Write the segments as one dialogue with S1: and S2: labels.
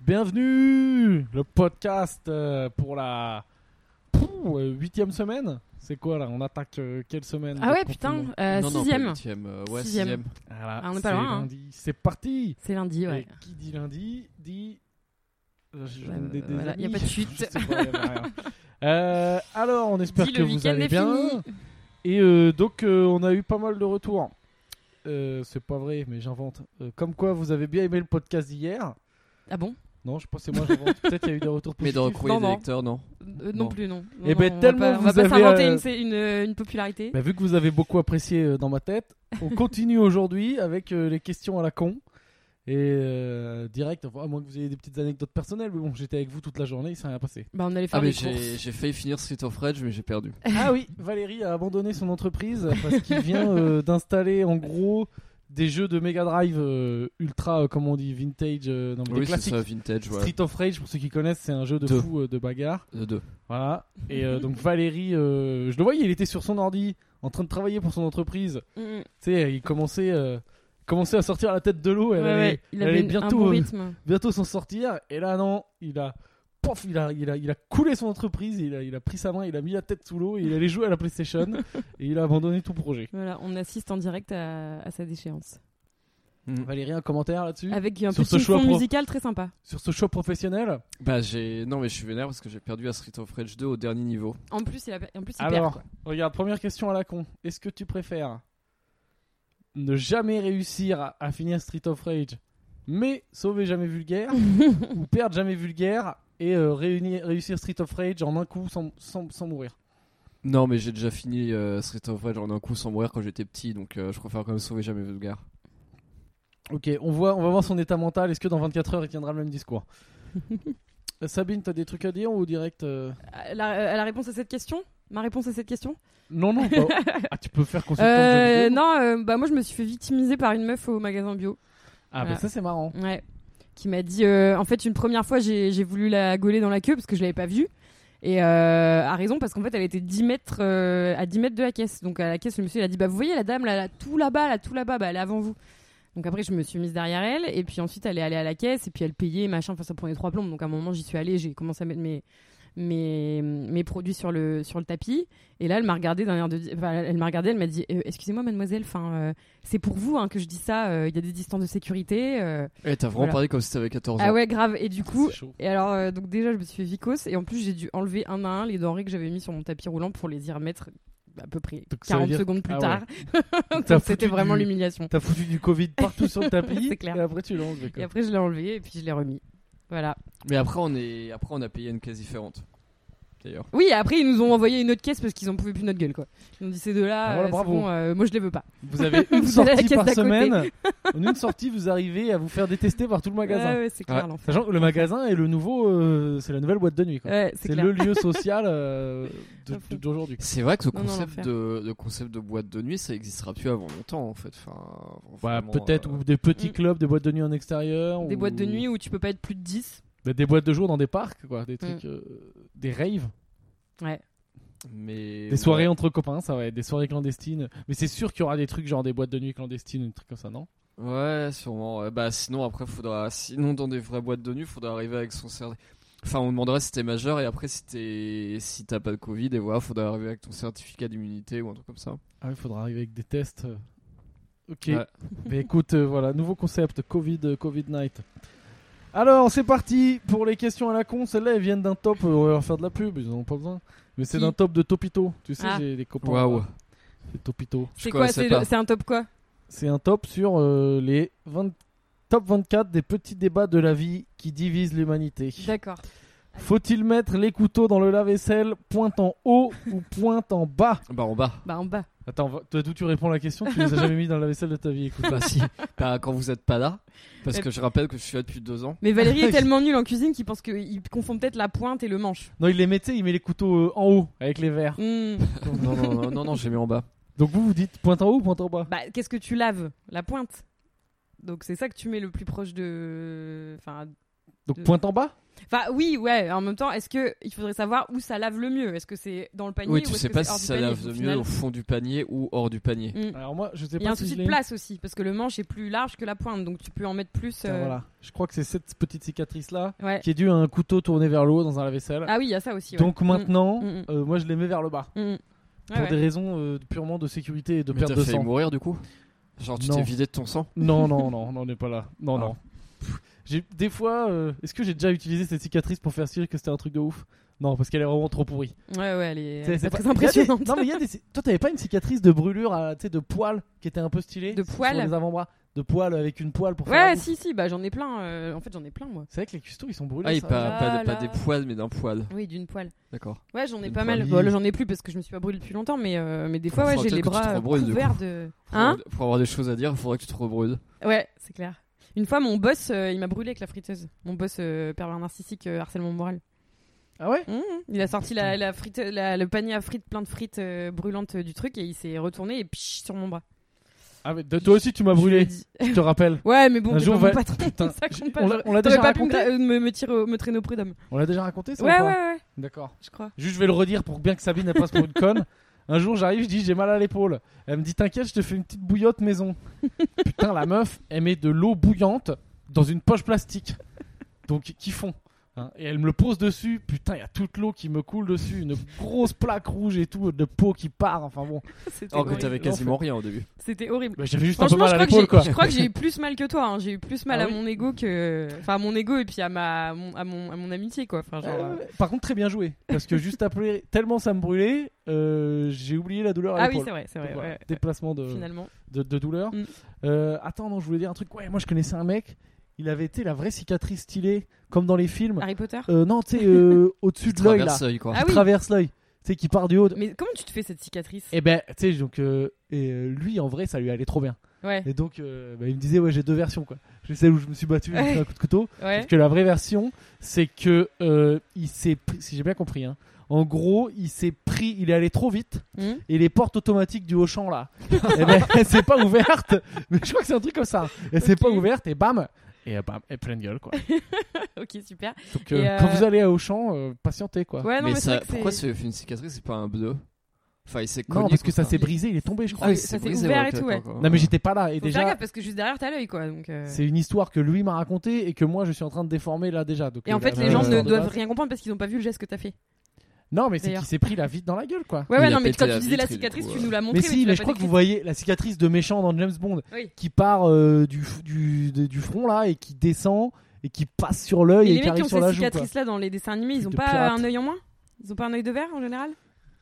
S1: Bienvenue Le podcast euh, pour la Pouh, euh, huitième semaine C'est quoi là On attaque euh, quelle semaine
S2: Ah
S1: de
S2: ouais,
S1: confinement
S2: putain, euh,
S3: non, non,
S2: sixième.
S3: pas huitième, euh, ouais,
S2: Sixième.
S3: sixième.
S1: Voilà,
S2: Ah, on est pas
S1: c'est
S2: loin, hein.
S1: lundi. C'est parti
S2: c'est lundi, ouais.
S1: Et qui dit lundi dit. Je- je-
S2: Ouais,
S1: des-
S2: euh,
S1: des
S2: voilà, y a
S1: amis.
S2: pas de chute.
S1: Je sais pas, y avait rien. Euh, alors, on espère
S2: Dis,
S1: que
S2: le
S1: vous
S2: week-end
S1: allez
S2: est
S1: bien.
S2: fini.
S1: Et euh, donc, euh, on a eu pas mal de retours. Euh, c'est pas vrai, mais j'invente. Euh, comme quoi, vous avez bien aimé le podcast d'hier.
S2: Ah bon
S1: Non, je pense que c'est moi, j'invente. Peut-être qu'il y a eu des retours
S3: Mais dans le
S1: positifs.
S3: courrier
S2: Non,
S3: des
S2: non.
S3: lecteurs, non.
S2: Euh, Non
S3: Bon.
S2: plus, non. Non,
S1: Eh ben,
S2: non, on va
S1: tellement
S2: pas- on va
S1: vous
S2: pas
S1: avez,
S2: s'inventer
S1: euh,
S2: une- c'est une, euh, une popularité.
S1: Bah, vu que vous avez beaucoup apprécié euh, dans ma tête, on continue aujourd'hui avec euh, les questions à la con. Et euh, direct, enfin, à moins que vous ayez des petites anecdotes personnelles, mais bon, j'étais avec vous toute la journée, il s'est rien passé.
S2: Bah, on allait faire
S3: Ah, mais
S2: des courses.
S3: j'ai j'ai failli finir Street of Rage, mais j'ai perdu.
S1: Ah oui, Valérie a abandonné son entreprise parce qu'il vient euh, d'installer en gros des jeux de Mega Drive euh, ultra, euh, comment on dit, vintage, euh, non, mais des
S3: oui, c'est
S1: classiques.
S3: ça, vintage, ouais.
S1: Street of Rage, pour ceux qui connaissent, c'est un jeu de
S3: Deux.
S1: fou euh, de bagarre.
S3: Le deux.
S1: Voilà. Et euh, donc Valérie, euh, je le voyais, il était sur son ordi, en train de travailler pour son entreprise.
S2: Mm.
S1: Tu sais, il commençait, euh, commençait à sortir la tête de l'eau. Elle,
S2: Ouais,
S1: allait-
S2: ouais, il
S1: elle
S2: avait
S1: allait
S2: une- un
S1: bientôt,
S2: bon
S1: euh,
S2: rythme.
S1: bientôt s'en sortir. Et là, non, il a, pof, il a, il a, il a coulé son entreprise. Il a, il a pris sa main, il a mis la tête sous l'eau. et Il allait jouer à la PlayStation et il a abandonné tout projet.
S2: Voilà, on assiste en direct à, à sa déchéance. Mm.
S1: Valérie, un commentaire là-dessus
S2: Avec un
S1: Mm. Sur ce
S2: petit
S1: choix
S2: fond
S1: pro-
S2: musical très sympa.
S1: sur ce choix professionnel.
S3: Bah, j'ai. Non, mais je suis vénère parce que j'ai perdu à Street of Rage 2 au dernier niveau.
S2: En plus, il, a, en plus, il perd.
S1: Alors,
S2: quoi.
S1: regarde, première question à la con. Est-ce que tu préfères ne jamais réussir à, à finir Street of Rage, mais sauver jamais vulgaire, ou perdre jamais vulgaire et euh, réunir- réussir Street of Rage en un coup sans, sans- sans mourir
S3: Non, mais j'ai déjà fini euh, Street of Rage en un coup sans mourir quand j'étais petit, donc euh, je préfère quand même sauver jamais Vulgar.
S1: Ok, on, voit, on va voir son état mental. Est-ce que dans 24 heures, il tiendra le même discours Euh, Sabine, t'as des trucs à dire ou direct euh
S2: Euh, La, euh, la réponse à cette question Ma réponse à cette question
S1: Non, non, bah, ah, tu peux faire consultant de jeux
S2: Euh,
S1: vidéo
S2: Non, euh, bah moi, je me suis fait victimiser par une meuf au magasin bio.
S1: Ah, bah
S2: voilà.
S1: ça, c'est marrant.
S2: Ouais. Qui m'a dit, euh, en fait, une première fois, j'ai j'ai voulu la gauler dans la queue parce que je l'avais pas vue. Et euh, à raison, parce qu'en fait, elle était 10 mètres, euh, à 10 mètres de la caisse. Donc à la caisse, le monsieur, il a dit, bah vous voyez la dame, là, là, tout là-bas, là, tout là-bas, bah elle est avant vous. Donc après, je me suis mise derrière elle. Et puis ensuite, elle est allée à la caisse et puis elle payait, machin, enfin, ça prenait trois plombes. Donc à un moment, j'y suis allée, j'ai commencé à mettre mes, mes, mes produits sur le, sur le tapis. Et là, elle m'a regardé d'un air de. enfin, elle m'a regardé, elle m'a dit Euh, Excusez-moi, mademoiselle, enfin, euh, c'est pour vous hein, que je dis ça. euh, Il y a des distances de sécurité. euh,
S3: Eh, t'as vraiment
S2: Voilà.
S3: parlé comme si t'avais 14 ans.
S2: ah ouais, grave. Et du coup,
S1: C'est chaud.
S2: et alors, euh, donc déjà, je me suis fait vicos. Et en plus, j'ai dû enlever un à un les denrées que j'avais mis sur mon tapis roulant pour les y remettre à peu près
S1: Donc, ça veut
S2: 40
S1: dire-
S2: secondes plus
S1: Ah ouais.
S2: tard. Donc,
S1: T'as
S2: C'était
S1: foutu
S2: vraiment
S1: du-
S2: l'humiliation.
S1: T'as foutu du Covid partout sur le tapis
S2: C'est clair.
S1: et après tu l'as enlevé, quoi.
S2: Et après, je l'ai enlevé et puis je l'ai remis. Voilà.
S3: Mais après, on, est... après, on a payé une caisse différente. D'ailleurs.
S2: Oui, et après, ils nous ont envoyé une autre caisse parce qu'ils en pouvaient plus notre gueule, quoi. Ils nous ont dit ces
S1: Ah,
S2: deux-là,
S1: voilà,
S2: euh,
S1: bravo.
S2: c'est bon, euh, moi je les veux pas.
S1: Vous avez une
S2: Vous allez à la
S1: sortie
S2: caisse
S1: par
S2: d'à côté.
S1: semaine. En une sortie, vous arrivez à vous faire détester par tout le magasin.
S2: Ouais, ouais, c'est clair,
S3: Ouais.
S2: l'enfer.
S1: Sachant que le magasin est le nouveau, euh, c'est la nouvelle boîte de nuit. quoi.
S2: Ouais, c'est
S1: c'est
S2: clair.
S1: le lieu social euh, de-
S2: À fond.
S1: de- d'aujourd'hui. quoi.
S3: C'est vrai que le
S2: Non, non,
S3: concept,
S2: l'enfer.
S3: de... le concept de boîte de nuit, ça existera plus avant longtemps en fait. Enfin,
S1: Voilà,
S3: vraiment,
S1: Bah, peut-être
S3: euh,
S1: ou des petits
S2: Mm.
S1: clubs, des boîtes de nuit en extérieur,
S2: Des
S1: ou-
S2: boîtes de nuit Mm. où tu peux pas être plus de 10.
S1: Bah, des boîtes de jour dans des parcs, quoi, des trucs, euh, des raves,
S2: Ouais.
S3: Mais
S1: des soirées entre copains, ça va être des soirées clandestines. Mais c'est sûr qu'il y aura des trucs genre des boîtes de nuit clandestines, des trucs comme ça, non
S3: Ouais, sûrement. ouais. Bah sinon après faudra sinon dans des vraies boîtes de nuit, faudra arriver avec son certificat. Enfin, on demanderait si t'es majeur et après si t'es si t'as pas de Covid et voilà, faudra arriver avec ton certificat d'immunité ou un truc comme ça.
S1: Ah, il faudra arriver avec des tests. euh. Ok.
S3: Ouais.
S1: Mais écoute, euh, voilà, nouveau concept, Covid, euh, Covid Night. Alors, c'est parti pour les questions à la con. Celles-là, elles viennent d'un top. euh, On va leur faire de la pub, ils en ont pas besoin. Mais c'est
S2: Qui
S1: d'un top de Topito. Tu sais,
S2: Ah.
S1: j'ai des copains.
S3: Waouh.
S1: là, des Topito.
S3: Je
S2: C'est quoi
S3: connaissais
S2: C'est
S3: pas.
S2: le- c'est un top quoi
S1: C'est un top sur euh, les 20 top 24 des petits débats de la vie qui divisent l'humanité.
S2: D'accord.
S1: Faut-il mettre les couteaux dans le lave-vaisselle, pointe en haut ou pointe en bas
S3: Bah en bas.
S2: Bah en bas.
S1: Attends, va- toi, d'où tu réponds la question Tu les as jamais mis dans le lave-vaisselle de ta vie, écoute.
S3: Bah si. bah quand vous êtes pas là, parce
S2: Mais-
S3: que je rappelle que je suis là depuis deux ans.
S2: Mais Valérie est tellement nulle en cuisine qu'il pense qu'il confond peut-être la pointe et le manche.
S1: Non, il les mettait, il met les couteaux euh, en haut avec les verres.
S2: Hmm.
S3: non non non non, non, j'ai mis en bas.
S1: Donc vous vous dites pointe en haut ou pointe en bas
S2: Bah, qu'est-ce que tu laves La pointe. Donc c'est ça que tu mets le plus proche de. Enfin,
S1: Donc pointe en bas
S2: Enfin, oui, ouais. En même temps, est-ce que il faudrait savoir où ça lave le mieux Est-ce que c'est dans le panier
S3: Oui,
S2: ou
S3: tu
S2: est-ce
S3: sais
S2: que
S3: pas
S2: c'est hors
S3: si
S2: du
S3: ça
S2: panier,
S3: lave
S2: au
S3: de mieux
S2: final
S3: au fond du panier ou hors du panier.
S2: Mm.
S1: Alors moi, je sais
S2: Il y a
S1: pas
S2: un
S1: si
S2: souci
S1: je
S2: de
S1: l'ai.
S2: place aussi, parce que le manche est plus large que la pointe, donc tu peux en mettre plus.
S1: Tiens,
S2: euh,
S1: voilà. Je crois que c'est cette petite cicatrice là
S2: Ouais.
S1: qui est due à un couteau tourné vers le haut dans un lave-vaisselle.
S2: Ah oui, il y a ça aussi. ouais.
S1: Donc
S2: Mm.
S1: maintenant,
S2: Mm, mm.
S1: euh, moi je les mets vers le bas
S2: Mm, mm. Ouais,
S1: pour
S2: ouais.
S1: des raisons euh, purement de sécurité et de
S3: Mais
S1: perte
S3: t'as
S1: de
S3: failli
S1: sang.
S3: mourir du coup Genre tu
S1: Non.
S3: t'es vidé de ton sang
S1: Non, non, non, non, on n'est pas là. Non,
S3: Ah.
S1: non. Pff, J'ai des fois, euh, est-ce que j'ai déjà utilisé cette cicatrice pour faire dire que c'était un truc de ouf Non, parce qu'elle est vraiment trop pourrie.
S2: Ouais, ouais, elle est, elle est
S1: C'est- c'est
S2: pas très
S1: pas- il y a des-
S2: impressionnante.
S1: Non, mais il y a des. Toi, t'avais pas une cicatrice de brûlure, à- tu sais, de poils qui était un peu stylée
S2: De
S1: sur-
S2: poils
S1: sur les avant-bras, de poils euh, avec une poêle pour faire. la
S2: Ouais,
S1: bouffe.
S2: si, si, bah j'en ai plein. euh, en fait, j'en ai plein, moi.
S1: C'est vrai que les custots ils sont brûlés.
S3: Ah, et
S1: ça.
S3: pas, pas, de- pas
S2: Voilà.
S3: des poils, mais d'un poil.
S2: Oui, d'une poêle.
S3: D'accord.
S2: Ouais, j'en ai
S3: Une
S2: pas mal.
S1: poêle.
S2: Bon, là, j'en ai plus parce que je me suis pas brûlée depuis longtemps, mais, euh, mais des fois, ouais,
S3: Faudra
S2: j'ai les
S3: peut-être que tu te
S2: bras euh,
S3: rebrouilles, du
S2: couverts
S3: coup.
S2: de.
S3: Pour
S2: Hein
S3: avoir- Pour avoir des choses à dire, il faudrait que tu te rebrouilles.
S2: Ouais, c'est clair. Une fois, mon boss, euh, il m'a brûlé avec la friteuse. Mon boss euh, pervers narcissique, euh, harcèlement moral.
S1: Ah ouais
S2: Mmh, Il a sorti la, la frite, la- le panier à frites, plein de frites euh, brûlantes euh, du truc, et il s'est retourné et pich sur mon bras.
S1: Ah, mais de- toi aussi tu m'as
S2: Je lui ai
S1: brûlé,
S2: dit-
S1: je te rappelle.
S2: Ouais, mais bon,
S1: Un
S2: t'es
S1: jour,
S2: pas mon
S1: va-
S2: patron,
S1: Putain,
S2: ça
S1: j'ai-
S2: compte pas.
S1: on
S2: genre.
S1: l'a- on l'a
S2: T'aurais
S1: déjà
S2: pas pu me,
S1: raconté
S2: gra- euh, me, me tirer au- me traîner au prud'homme.
S1: On l'a déjà raconté ça ou
S2: Ouais, ouais,
S1: pas
S2: ouais,
S1: D'accord.
S2: je crois.
S1: Juste, je vais le redire pour bien que Sabine elle passe pour une conne. Un jour, j'arrive, je dis j'ai mal à l'épaule. Elle me dit t'inquiète, je te fais une petite bouillotte maison. Putain, la meuf, elle met de l'eau bouillante dans une poche plastique. Donc, qui font hein. Et elle me le pose dessus. Putain, il y a toute l'eau qui me coule dessus, une grosse plaque rouge et tout, de peau qui part. Enfin bon,
S2: C'était
S3: Alors Oh, que
S2: horrible.
S3: t'avais
S1: horrible.
S3: quasiment rien au début.
S2: C'était horrible.
S1: Bah, j'avais juste un peu
S2: Franchement,
S1: mal
S2: je
S1: à
S2: crois, que
S1: l'épaule quoi.
S2: j'ai- je crois que j'ai eu plus mal que toi. hein. J'ai eu plus mal
S1: Ah
S2: à
S1: oui
S2: mon ego que. Enfin, à mon ego et puis à ma, à mon, à mon, à mon amitié, quoi. Enfin, genre, euh,
S1: Euh, par contre, très bien joué. Parce que juste après, tellement ça me brûlait, euh, j'ai oublié la douleur à
S2: Ah oui,
S1: l'épaule. Euh,
S2: c'est vrai, c'est vrai.
S1: Donc, voilà,
S2: ouais,
S1: Déplacement de.
S2: ouais, Finalement.
S1: de, de douleur.
S2: Mm.
S1: Euh, attends, non, je voulais dire un truc. Ouais, moi je connaissais un mec, il avait été la vraie cicatrice stylée, comme dans les films.
S2: Harry Potter
S1: Euh, non, tu sais, euh, au-dessus de l'œil là,
S3: Traverse l'œil, quoi.
S2: Ah
S1: qui
S2: oui.
S1: traverse l'œil, tu sais, qui part du haut.
S2: Mais comment tu te fais cette cicatrice
S1: Et ben, tu sais, donc, euh, et euh, lui en vrai, ça lui allait trop bien.
S2: Ouais,
S1: Et donc, euh, bah, il me disait, ouais, j'ai deux versions quoi. J'ai celle où je me suis battu, j'ai pris un coup de couteau.
S2: ouais.
S1: Parce que la vraie version, c'est que euh, il s'est pris, si j'ai bien compris, hein, en gros, il s'est pris, il est allé trop vite
S2: Hmm.
S1: et les portes automatiques du Auchan là, eh ben, elles s'est pas ouverte, mais je crois que c'est un truc comme ça. Elle s'est
S2: Ok.
S1: pas ouverte et bam, et euh, bam, elle est pleine gueule quoi.
S2: ok, super.
S1: Donc
S2: Et,
S1: euh,
S2: euh,
S1: quand vous allez à Auchan, euh, patientez quoi.
S2: Ouais, non,
S3: mais
S2: mais, c'est
S3: ça,
S2: vrai que
S3: pourquoi
S2: c'est-
S3: ça fait une cicatrice C'est pas un bleu Enfin, il s'est cogné.
S1: Non, parce que ça
S3: contre
S1: s'est brisé, il est tombé je
S3: un-
S1: crois.
S3: Ah, il
S2: Ça
S3: s'est
S2: s'est
S3: brisé,
S2: ouvert
S3: ouais,
S2: et tout,
S3: d'accord,
S2: ouais.
S3: d'accord.
S1: Non mais j'étais pas là et
S2: Faut faire
S1: déjà.
S2: gaffe parce que juste derrière, t'as l'œil, quoi. Donc, euh,
S1: C'est une histoire que lui m'a racontée et que moi je suis en train de déformer là déjà. Donc,
S2: Et en
S1: euh,
S2: fait,
S1: la-
S2: les
S1: la
S2: gens ne
S1: histoire de
S2: doivent
S1: base.
S2: rien comprendre parce qu'ils n'ont pas vu le geste que t'as fait.
S1: Non, mais c'est
S2: D'ailleurs.
S1: qu'il s'est pris la vite dans la gueule quoi.
S2: Ouais,
S3: Il
S2: ouais,
S3: a
S2: non, mais
S3: pété
S2: quand
S3: la
S2: tu disais la
S3: vitre, et du
S2: cicatrice,
S3: coup,
S2: tu
S3: euh,
S2: nous l'as montré.
S1: Mais si,
S2: tu
S1: mais
S2: l'as pas
S1: je crois que vous
S2: décrite.
S1: voyez la cicatrice de méchant dans James Bond
S2: Oui.
S1: qui part euh, du, f- du, de- du front là et qui descend et qui passe sur l'œil
S2: Et
S1: et,
S2: les
S1: qui
S2: mecs qui
S1: arrive
S2: ont
S1: sur
S2: ces
S1: la joue. quoi.
S2: cicatrices-là dans les dessins animés, ils
S1: Truc
S2: ont
S1: de
S2: pas
S1: pirate.
S2: un œil en moins Ils ont pas un œil de verre en général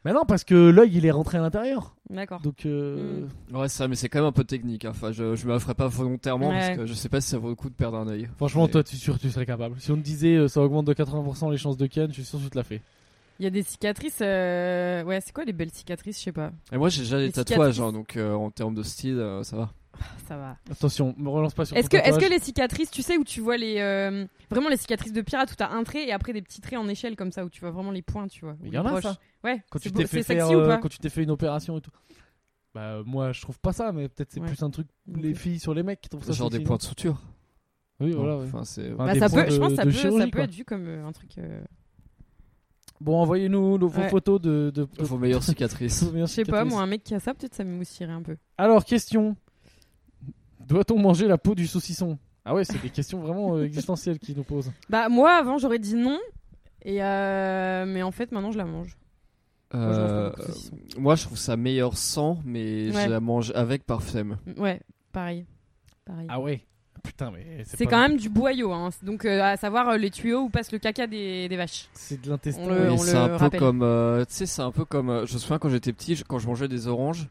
S1: Mais non, parce que l'œil il est rentré à l'intérieur.
S2: D'accord.
S1: Donc euh,
S2: Mm.
S3: Ouais, ça, mais c'est quand même un peu technique. hein. Enfin, je, je me la ferai pas volontairement
S2: Ouais.
S3: parce que je sais pas si ça vaut le coup de perdre un œil.
S1: franchement,
S3: Mais-
S1: toi, tu es sûr que tu serais capable. Si on te disait euh, ça augmente de 80% les chances de Ken, je suis sûr que tu te l'as fait.
S2: Il y a des cicatrices. euh, Ouais, c'est quoi les belles cicatrices Je sais pas.
S3: Et moi, j'ai déjà
S2: Les
S3: des tatouages,
S2: cicatrices.
S3: hein, donc euh, en termes de style, euh, ça va.
S2: Ah, Ça va.
S1: Attention, me relance pas sur
S2: Est-ce que,
S1: ton
S2: est
S1: tatouage.
S2: que les cicatrices, tu sais, où tu vois les. euh, vraiment les cicatrices de pirate où t'as un trait et après des petits traits en échelle comme ça, où tu vois vraiment les points, tu vois. ou
S1: Il y
S2: les
S1: en a,
S2: broches.
S1: ça.
S2: Ouais,
S1: quand tu
S2: c'est beau-
S1: t'es fait
S2: c'est
S1: faire,
S2: sexy ou
S1: euh,
S2: pas
S1: quand tu t'es fait une opération et tout Bah euh, moi, je trouve pas ça, mais peut-être c'est
S2: Ouais.
S1: plus un truc
S2: Ok.
S1: les filles sur les mecs qui trouvent ça.
S3: Genre des
S1: sexy,
S3: points de suture.
S1: non Oui, voilà.
S3: Non,
S1: ouais.
S3: Enfin, c'est.
S1: Enfin,
S2: Bah,
S1: des
S2: ça
S1: points
S2: peut, je pense
S1: de-
S2: que ça
S1: de
S2: peut, ça
S1: chirurgie,
S2: peut
S1: quoi. Ah,
S2: être vu comme euh, un truc. euh,
S1: Bon, envoyez-nous nos- vos
S2: Ouais.
S1: photos de. de, de-
S3: Vos meilleures
S1: de
S3: cicatrices.
S1: souvenirs
S2: Je sais pas,
S1: cicatrices.
S2: moi, un mec qui a ça, peut-être ça m'émoussirait un peu.
S1: Alors, question. Doit-on manger la peau du saucisson Ah ouais, c'est des questions vraiment euh, existentielles qu'ils nous posent.
S2: Bah, moi, avant, j'aurais dit non. Et euh, Mais en fait, maintenant, je la mange. Moi, je mange pas
S3: Euh,
S2: beaucoup de saucisson.
S3: moi, je trouve ça meilleur sans, mais
S2: Ouais.
S3: je la mange avec par flemme.
S2: Ouais, pareil. pareil.
S1: Ah ouais Putain, mais
S2: C'est quand même du boyau, hein. donc euh, à savoir euh, les tuyaux où passe le caca des, des vaches.
S1: C'est de l'intestin.
S2: On le-
S3: Et
S2: on
S3: c'est un peu
S2: rappelle.
S3: comme, euh, tu sais, c'est un peu comme. euh, je me souviens quand j'étais petit, je- quand je mangeais des oranges,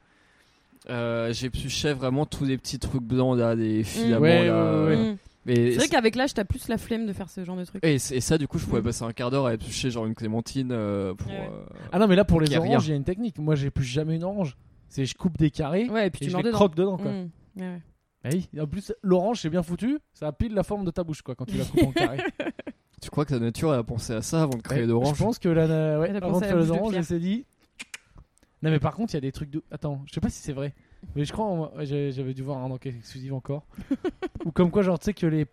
S3: euh, j'épluchais vraiment tous les petits trucs blancs là, des filaments
S1: Ouais,
S3: là.
S1: ouais, ouais.
S2: Mm.
S3: Mais
S2: C'est vrai qu'avec l'âge, t'as plus la flemme de faire ce genre de truc.
S3: Et, c- et ça, du coup, je pouvais
S2: Mm.
S3: passer un quart d'heure à éplucher genre une clémentine euh, pour.
S2: Ouais, ouais.
S3: euh,
S1: Ah non, mais là pour
S3: Y
S1: les
S3: a rien.
S1: oranges, il y a une technique. Moi, j'ai plus jamais une orange. C'est je coupe des carrés
S2: Ouais, et puis
S1: et
S2: tu
S1: je
S2: mords
S1: les
S2: dedans.
S1: croque dedans. Quoi.
S2: Mm. Ouais, ouais.
S1: Bah oui. Et En plus, l'orange, c'est bien foutu. Ça a pile la forme de ta bouche quoi quand tu la coupes en carré.
S3: Tu crois que la nature elle a pensé à ça avant de créer
S1: Ouais,
S3: l'orange
S1: Je pense que la, la- ouais,
S2: Elle a pensé
S1: avant de
S2: à la
S1: faire
S2: bouche
S1: les
S2: de
S1: oranges,
S2: Pierre.
S1: elle s'est dit. Non, mais par contre, il y a des trucs de. Attends, je sais pas si c'est vrai. Mais je crois, en- ouais, j'ai- j'avais dû voir un enquête exclusive encore. Ou comme quoi, genre, tu sais que les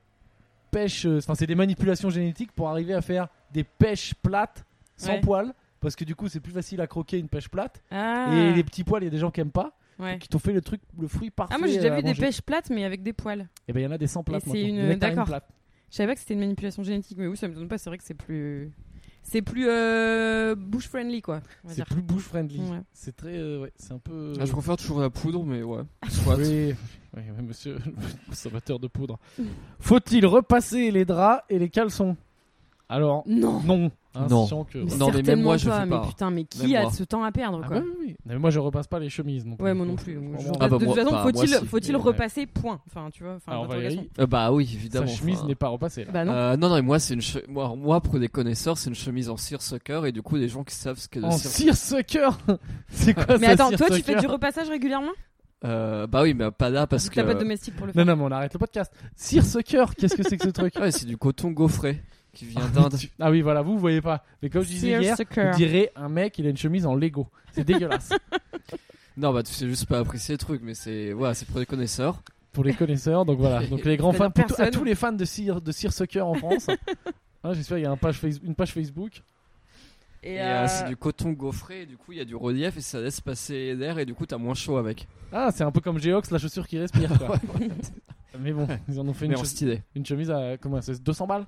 S1: pêches, euh, enfin c'est des manipulations génétiques pour arriver à faire des pêches plates sans
S2: Ouais.
S1: poils, parce que du coup c'est plus facile à croquer une pêche plate.
S2: Ah,
S1: Et les petits poils, il y a des gens qui aiment pas,
S2: ouais.
S1: qui t'ont fait le truc, le fruit parfait.
S2: Ah, moi j'ai déjà
S1: euh, à
S2: vu des
S1: manger.
S2: pêches plates mais avec des poils.
S1: Et ben il y en a des sans plates.
S2: c'est
S1: maintenant,
S2: une-
S1: des nectarines
S2: d'accord.
S1: plates.
S2: Je savais pas que c'était une manipulation génétique, mais oui, ça me donne pas. C'est vrai que c'est plus. C'est plus euh, bush friendly quoi. on va
S1: C'est
S2: dire.
S1: plus bush friendly.
S2: Ouais.
S1: C'est très, euh, ouais, c'est un peu.
S3: Ah, je préfère toujours la poudre, mais ouais. Soit.
S1: Oui, oui, oui, monsieur le consommateur de poudre. Faut-il repasser les draps et les caleçons Alors,
S2: Non.
S1: non. hein,
S3: Non.
S1: sachant que-
S2: Mais
S3: Non, mais même
S2: certainement
S3: moi, je
S2: pas,
S3: fais
S2: mais
S3: pas.
S2: putain, mais qui
S3: Même
S2: a
S3: moi.
S2: de ce temps à perdre
S1: Ah
S2: quoi
S1: oui, oui, oui. Non, mais moi, je repasse pas les chemises. Non plus.
S2: Ouais, moi non plus.
S1: Je- je-
S2: Je-
S1: je-
S3: Ah bah,
S2: de toute
S3: moi-
S2: façon,
S3: bah, moi,
S2: faut-il
S3: si.
S2: faut-il
S1: Ouais.
S2: repasser point Enfin, tu vois, enfin,
S1: Alors,
S2: d'interrogation.
S1: Valérie,
S3: Euh, bah oui,
S1: sa
S3: évidemment.
S1: chemise
S3: enfin.
S1: n'est pas repassée. là.
S2: Bah non.
S3: Euh, non, non, mais moi, c'est une che- moi, moi, pour des connaisseurs, c'est une chemise en seersucker, et du coup, des gens qui savent ce que
S1: En
S3: c'est.
S1: seersucker C'est quoi
S2: mais
S1: ça,
S2: attends, toi, tu
S1: seersucker
S2: fais du repassage régulièrement
S3: Euh, bah oui, mais pas là, parce que. euh,
S2: T'as pas de domestique pour le faire.
S1: Non, non, mais on arrête le podcast. Seersucker, qu'est-ce que c'est que ce truc
S3: Ah Ouais, c'est du coton gaufré qui vient d'Inde.
S1: Ah oui, voilà, vous, vous voyez pas. Mais comme je disais hier,
S2: Seersucker.
S1: on dirait un mec, il a une chemise en Lego. C'est dégueulasse.
S3: non, bah tu sais juste pas apprécier le truc, mais c'est voilà, c'est pour les connaisseurs.
S1: pour les connaisseurs. Donc voilà, donc les grands fans,
S2: C'est-à-dire
S1: pour tout- à
S2: personne.
S1: tous les fans de Sir, de Seersucker en France. Hein, J'espère qu'il y a un page face- une page Facebook.
S2: Et,
S3: Et,
S2: euh,
S3: euh, c'est du coton gaufré, et du coup, il y a du relief et ça laisse passer l'air, et du coup, t'as moins chaud avec.
S1: Ah, c'est un peu comme Geox, la chaussure qui respire. quoi.
S3: Ouais,
S1: Mais bon, ils en ont fait
S3: mais
S1: une,
S3: en
S1: chauss-
S3: stylé.
S1: une chemise à comment, c'est 200 balles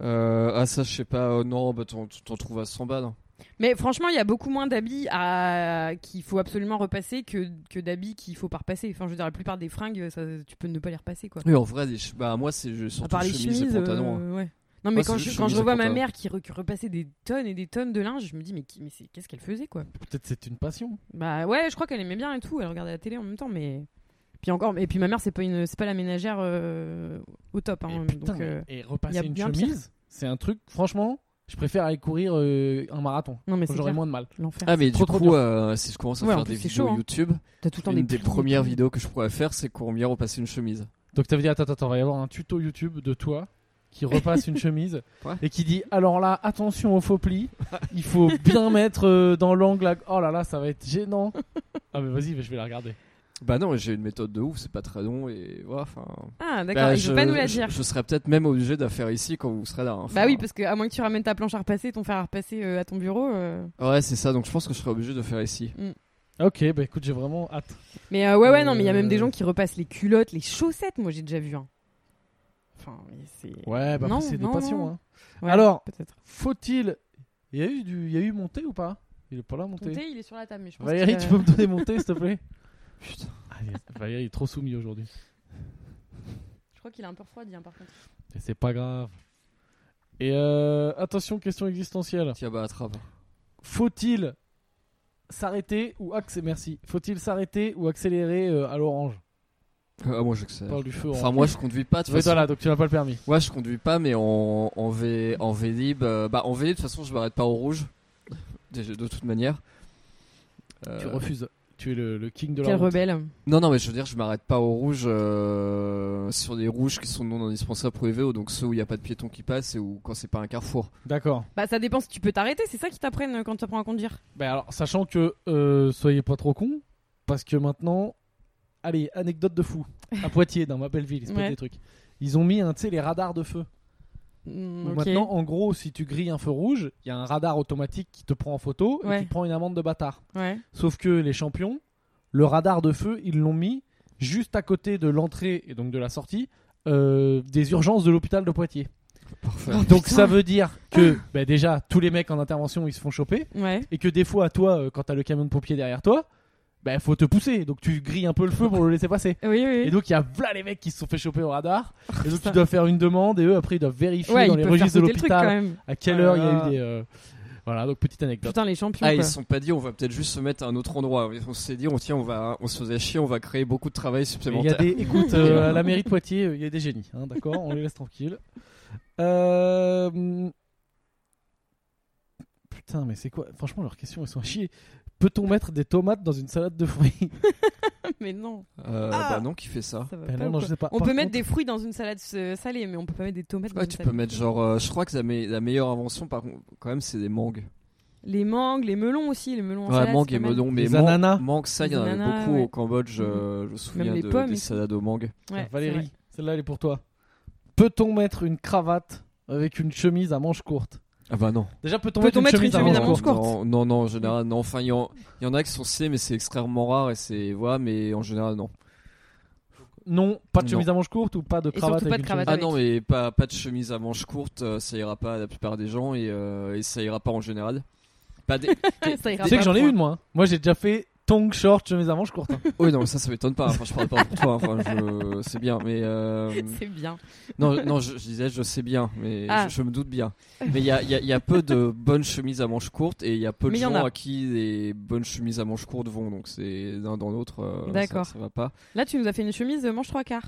S3: Euh, ah, ça, je sais pas, euh, non, bah t'en t'en trouves à 100 balles. hein.
S2: Mais franchement, il y a beaucoup moins d'habits à... qu'il faut absolument repasser que, que d'habits qu'il faut pas repasser. Enfin, je veux dire, la plupart des fringues, ça, tu peux ne pas les repasser, quoi.
S3: Oui, en vrai, des che- bah, moi, c'est je- surtout
S2: à part les
S3: chemise
S2: chemises,
S3: et hein. pantalon.
S2: euh, ouais. Non, mais
S3: Moi,
S2: quand,
S3: c'est
S2: je,
S3: juste
S2: quand je
S3: chemise et
S2: revois ma
S3: pantalon.
S2: mère qui, re- qui repassait des tonnes et des tonnes de linge, je me dis, mais, qui- mais c'est- qu'est-ce qu'elle faisait, quoi
S1: Peut-être c'est une passion.
S2: Bah ouais, je crois qu'elle aimait bien et tout. Elle regardait la télé en même temps, mais puis encore. Et puis ma mère, c'est pas une, c'est pas la ménagère euh, au top. hein,
S1: et, Eh,
S2: donc,
S1: putain,
S2: euh,
S1: et
S2: y a
S1: repasser une
S2: bien pire.
S1: chemise, c'est un truc, franchement, je préfère aller courir euh, un marathon.
S2: Non mais c'est
S1: J'aurais
S2: clair,
S1: moins de mal.
S2: l'enfer.
S3: Ah, mais
S1: trop,
S3: du
S1: trop
S3: coup, euh, si je commence à
S2: Ouais, en
S3: faire
S2: plus,
S3: des
S2: c'est
S3: vidéos
S2: chaud, hein.
S3: YouTube,
S2: T'as tout le temps
S3: une
S2: plis
S3: des
S2: et
S3: premières
S2: tout.
S3: vidéos que je pourrais faire, c'est combien repasser une chemise.
S1: Donc t'avais dit, attends, attends, va y avoir un tuto YouTube de toi qui repasse une chemise
S3: Ouais.
S1: et qui dit, alors là, attention aux faux plis, il faut bien mettre euh, dans l'angle, la- oh là là, ça va être gênant. Ah mais vas-y, mais je vais la regarder.
S3: Bah non, j'ai une méthode de ouf, c'est pas très long, et voilà, enfin.
S2: Ah d'accord,
S3: Bah,
S2: il veut pas nous la dire.
S3: Je, serais peut-être même obligé de la faire ici quand vous serez là. hein.
S2: Bah
S3: Enfin,
S2: oui, parce que à moins que tu ramènes ta planche à repasser, ton fer à repasser euh, à ton bureau. euh.
S3: Ouais, c'est ça, donc je pense que je serais obligé de faire ici.
S1: Ok, bah écoute, j'ai vraiment hâte.
S2: Mais euh, ouais, ouais, non, mais il y a
S1: Euh.
S2: même des gens qui repassent les culottes, les chaussettes. Moi, j'ai déjà vu. hein. Enfin, mais c'est.
S1: Ouais, bah
S2: Non,
S1: après, c'est des
S2: non,
S1: passions.
S2: non.
S1: hein.
S2: Ouais,
S1: Alors,
S2: peut-être.
S1: Faut-il. Il y a eu du, il y a eu monté ou pas Il est pas là monté.
S2: Ton thé, il est sur la table, mais je pense. euh,
S1: Valérie,
S2: qu'il
S1: tu peux
S2: a-
S1: me donner monté, s'il te plaît
S3: Putain.
S1: Ah, il est- Valérie est trop soumis aujourd'hui.
S2: Je crois qu'il a un peu refroidi, hein, par contre.
S1: Et c'est pas grave. Et euh, attention, question existentielle.
S3: Tiens, bah attrape.
S1: Faut-il s'arrêter ou accélérer Merci. Faut-il s'arrêter ou accélérer euh, à l'orange
S3: Ah, moi, je que sais.
S1: On parle du feu.
S3: Enfin, moi, je conduis pas, de toute façon.
S1: là, donc tu n'as pas le permis.
S3: Ouais, je conduis pas, mais en, en, v, en Vélib. euh, bah, en Vélib, de toute façon, je m'arrête pas au rouge. Déjà, De toute manière. Euh,
S1: Tu refuses. Tu es le, le king de la
S2: Quel
S1: route.
S2: rebelle.
S3: Non, non, mais je veux dire, je m'arrête pas au rouge euh, sur les rouges qui sont non indispensables pour les vélos, donc ceux où il n'y a pas de piétons qui passent et où quand c'est pas un carrefour.
S1: D'accord.
S2: Bah ça dépend si tu peux t'arrêter, c'est ça qui t'apprennent euh, quand tu apprends à conduire.
S1: Bah alors, sachant que euh, soyez pas trop cons, parce que maintenant, allez, anecdote de fou. À Poitiers, dans ma belle ville, il se passe
S2: Ouais.
S1: des trucs. Ils ont mis, un, tu sais, les radars de feu.
S2: Mm,
S1: Donc
S2: ok.
S1: Maintenant, en gros, si tu grilles un feu rouge, il y a un radar automatique qui te prend en photo et
S2: Ouais.
S1: qui te prend une amende de bâtard.
S2: Ouais.
S1: Sauf que les champions, le radar de feu, ils l'ont mis juste à côté de l'entrée et donc de la sortie euh, des urgences de l'hôpital de Poitiers.
S3: Parfait.
S1: donc
S2: Oh, putain.
S1: ça veut dire que, bah, déjà, tous les mecs en intervention, ils se font choper
S2: Ouais.
S1: et que des fois, toi, euh, quand t'as le camion de pompier derrière toi, bah, faut te pousser. Donc tu grilles un peu le feu pour le laisser passer.
S2: Oui,
S1: Et
S2: oui.
S1: donc il y a voilà les mecs qui se sont fait choper au radar. Et donc tu dois faire une demande et eux après ils doivent vérifier
S2: Oh, ouais,
S1: dans
S2: ils
S1: les
S2: peuvent faire
S1: registres de
S2: sauter le truc quand
S1: l'hôpital
S2: même.
S1: à quelle
S2: Oh là
S1: heure il y a
S2: là.
S1: eu des. euh, Voilà donc petite anecdote.
S2: Putain, les champions.
S3: Ah, ils
S2: quoi.
S3: se sont pas dit, on va peut-être juste se mettre à un autre endroit. On s'est dit, on tient, on va, on se faisait chier, on va créer beaucoup de
S1: Mais Il
S3: travail
S1: y a
S3: supplémentaire.
S1: des, écoute, euh, à la mairie de Poitiers, euh, il y a des génies, hein, d'accord On les laisse tranquilles. Euh, hum. Putain, mais c'est quoi Franchement, leurs questions, elles sont à chier. Peut-on mettre des tomates dans une salade de fruits
S2: Mais non,
S3: Euh,
S2: Ah
S3: Bah non, qui fait ça
S2: ça va
S1: Ben
S2: pas.
S1: non,
S2: ou
S1: non,
S2: quoi.
S1: je
S3: Ah,
S1: sais pas.
S2: On
S1: Par
S2: peut mettre
S1: contre-
S2: des fruits dans une salade euh, salée, mais on peut pas mettre des tomates dans
S3: Ouais,
S2: une
S3: Ah, tu
S2: salade.
S3: peux mettre genre, euh, je crois que la, me- la meilleure invention, par contre, quand même, c'est des mangues.
S2: Les mangues, les melons aussi, les melons en
S3: ouais,
S2: salade.
S3: mangue
S2: c'est
S3: et
S2: pas mal.
S3: melon, mais
S1: Les
S3: man-
S1: ananas.
S3: mangue, ça, il y
S2: Les
S3: en avait
S2: ananas,
S3: beaucoup
S2: ouais. Mhm.
S3: au Cambodge. euh, je me souviens
S2: les
S3: de,
S2: pommes et
S3: des
S2: tout.
S3: salades aux mangues.
S2: Ouais,
S1: Valérie,
S2: c'est vrai.
S1: celle-là elle est pour toi. Peut-on mettre une cravate avec une chemise à manches courtes
S3: Ah bah non.
S1: Déjà, peut-on
S2: Peut-on
S1: mettre une chemise, à manches
S2: manche
S1: courtes
S2: courte.
S3: Non, non, non, en général, non. Enfin, il y, en, il y en a qui sont C, mais c'est extrêmement rare et c'est. Voilà, mais en général, non.
S1: Non, pas de
S3: Non.
S1: chemise à manches courtes ou pas de
S2: Et
S1: cravate
S2: surtout pas
S1: avec une
S2: de
S1: chemise
S2: cravate.
S3: Ah non, mais pas, pas de chemise à manches courtes, euh, ça ira pas à la plupart des gens et, euh, et ça ira pas en général. Pas des...
S2: Ça ira
S1: Tu sais
S2: pas,
S1: que j'en ai
S2: point.
S1: une, moi. hein. Moi, j'ai déjà fait tong, short, chemise à manches courtes. hein.
S3: oui, non, ça, ça m'étonne pas. Enfin, je parle pas pour toi, enfin, je... c'est bien, mais. euh,
S1: Mm.
S2: C'est bien.
S3: Non, non je, je disais, je sais bien, mais
S2: Ah.
S3: je, je me doute bien. Mais il y a, il y a- il y a peu de bonnes chemises à manches courtes et il y a peu de
S2: Mais il y en
S3: gens
S2: a.
S3: à qui les bonnes chemises à manches courtes vont, donc c'est d'un dans l'autre, euh, ça-
S2: D'accord.
S3: ça, va pas.
S2: Là, tu nous as fait une chemise euh, manche trois quarts.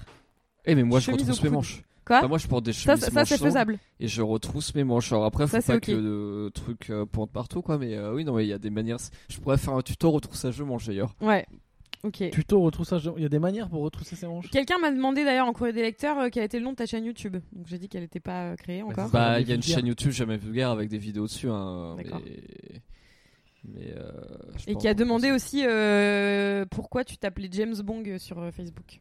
S3: Eh, mais moi,
S2: Chemise
S3: je
S2: au
S3: retrousse mes
S2: coude.
S3: manches.
S2: Quoi
S3: Enfin, moi, je porte des
S2: Ça,
S3: chemises
S2: ça, ça,
S3: manches
S2: c'est
S3: longues.
S2: faisable.
S3: et je retrousse mes manches. Alors après, faut
S2: Ça, c'est
S3: pas
S2: ok.
S3: que le truc euh, pointe partout, quoi. Mais euh, oui, non, mais il y a des manières. Je pourrais faire un tuto retroussage de manches d'ailleurs.
S2: Ouais. Ok.
S1: Tuto, retroussage. de- Il y a des manières pour retrousser ses manches.
S2: Quelqu'un m'a demandé d'ailleurs en courrier des lecteurs euh, quel était le nom de ta chaîne YouTube. Donc j'ai dit qu'elle n'était pas euh, créée encore.
S1: Vas-y.
S3: Bah,
S1: des
S3: il y a une
S1: vulgaires.
S3: chaîne YouTube jamais vulgaire avec des vidéos dessus. Hein,
S2: D'accord.
S3: mais- mais, euh, je
S2: Et
S3: pense
S2: qui a
S3: pas
S2: demandé aussi euh, pourquoi tu t'appelais James Bong sur euh, Facebook,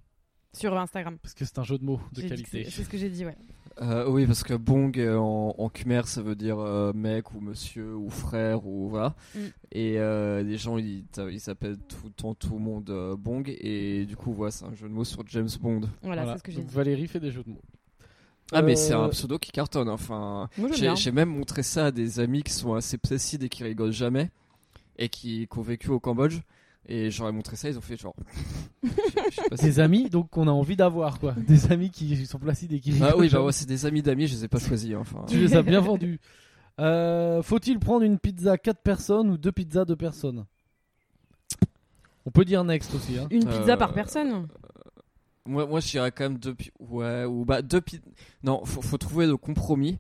S2: sur Instagram.
S1: Parce que c'est un jeu de mots de
S2: J'ai dit que
S1: qualité.
S2: C'est c'est ce que j'ai dit, ouais.
S3: que- Euh, oui, parce que bong euh, en, en khmer, ça veut dire euh, mec ou monsieur ou frère ou voilà.
S2: Mm.
S3: Et euh, les gens, ils t'a- ils s'appellent tout le temps tout le monde euh, bong. Et du coup, voilà, c'est un jeu de mots sur James Bond.
S2: Voilà,
S1: Voilà.
S2: c'est ce que j'ai
S1: Donc
S2: dit.
S1: Valérie fait des jeux de mots.
S3: Ah, mais c'est
S1: Euh,
S3: un pseudo qui cartonne. hein. Enfin,
S2: Moi, j'aime
S3: J'ai
S2: bien.
S3: j'ai même montré ça à des amis qui sont assez psessides et qui rigolent jamais et qui, qui ont vécu au Cambodge. Et j'aurais montré ça, ils ont fait genre. Je sais- je sais pas si-
S1: Des amis, donc qu'on a envie d'avoir, quoi. Des amis qui sont placides et qui.
S3: Bah oui, bah ouais, c'est des amis d'amis, je les ai pas choisis. hein, Enfin,
S1: Tu les as bien vendus. Euh, Faut-il prendre une pizza 4 personnes ou deux pizzas 2 personnes On peut dire next aussi. Hein.
S2: Une pizza
S3: Euh,
S2: par personne.
S3: moi, moi j'irais quand même deux. pi- Ouais, ou bah deux pi- Non, faut, faut trouver le compromis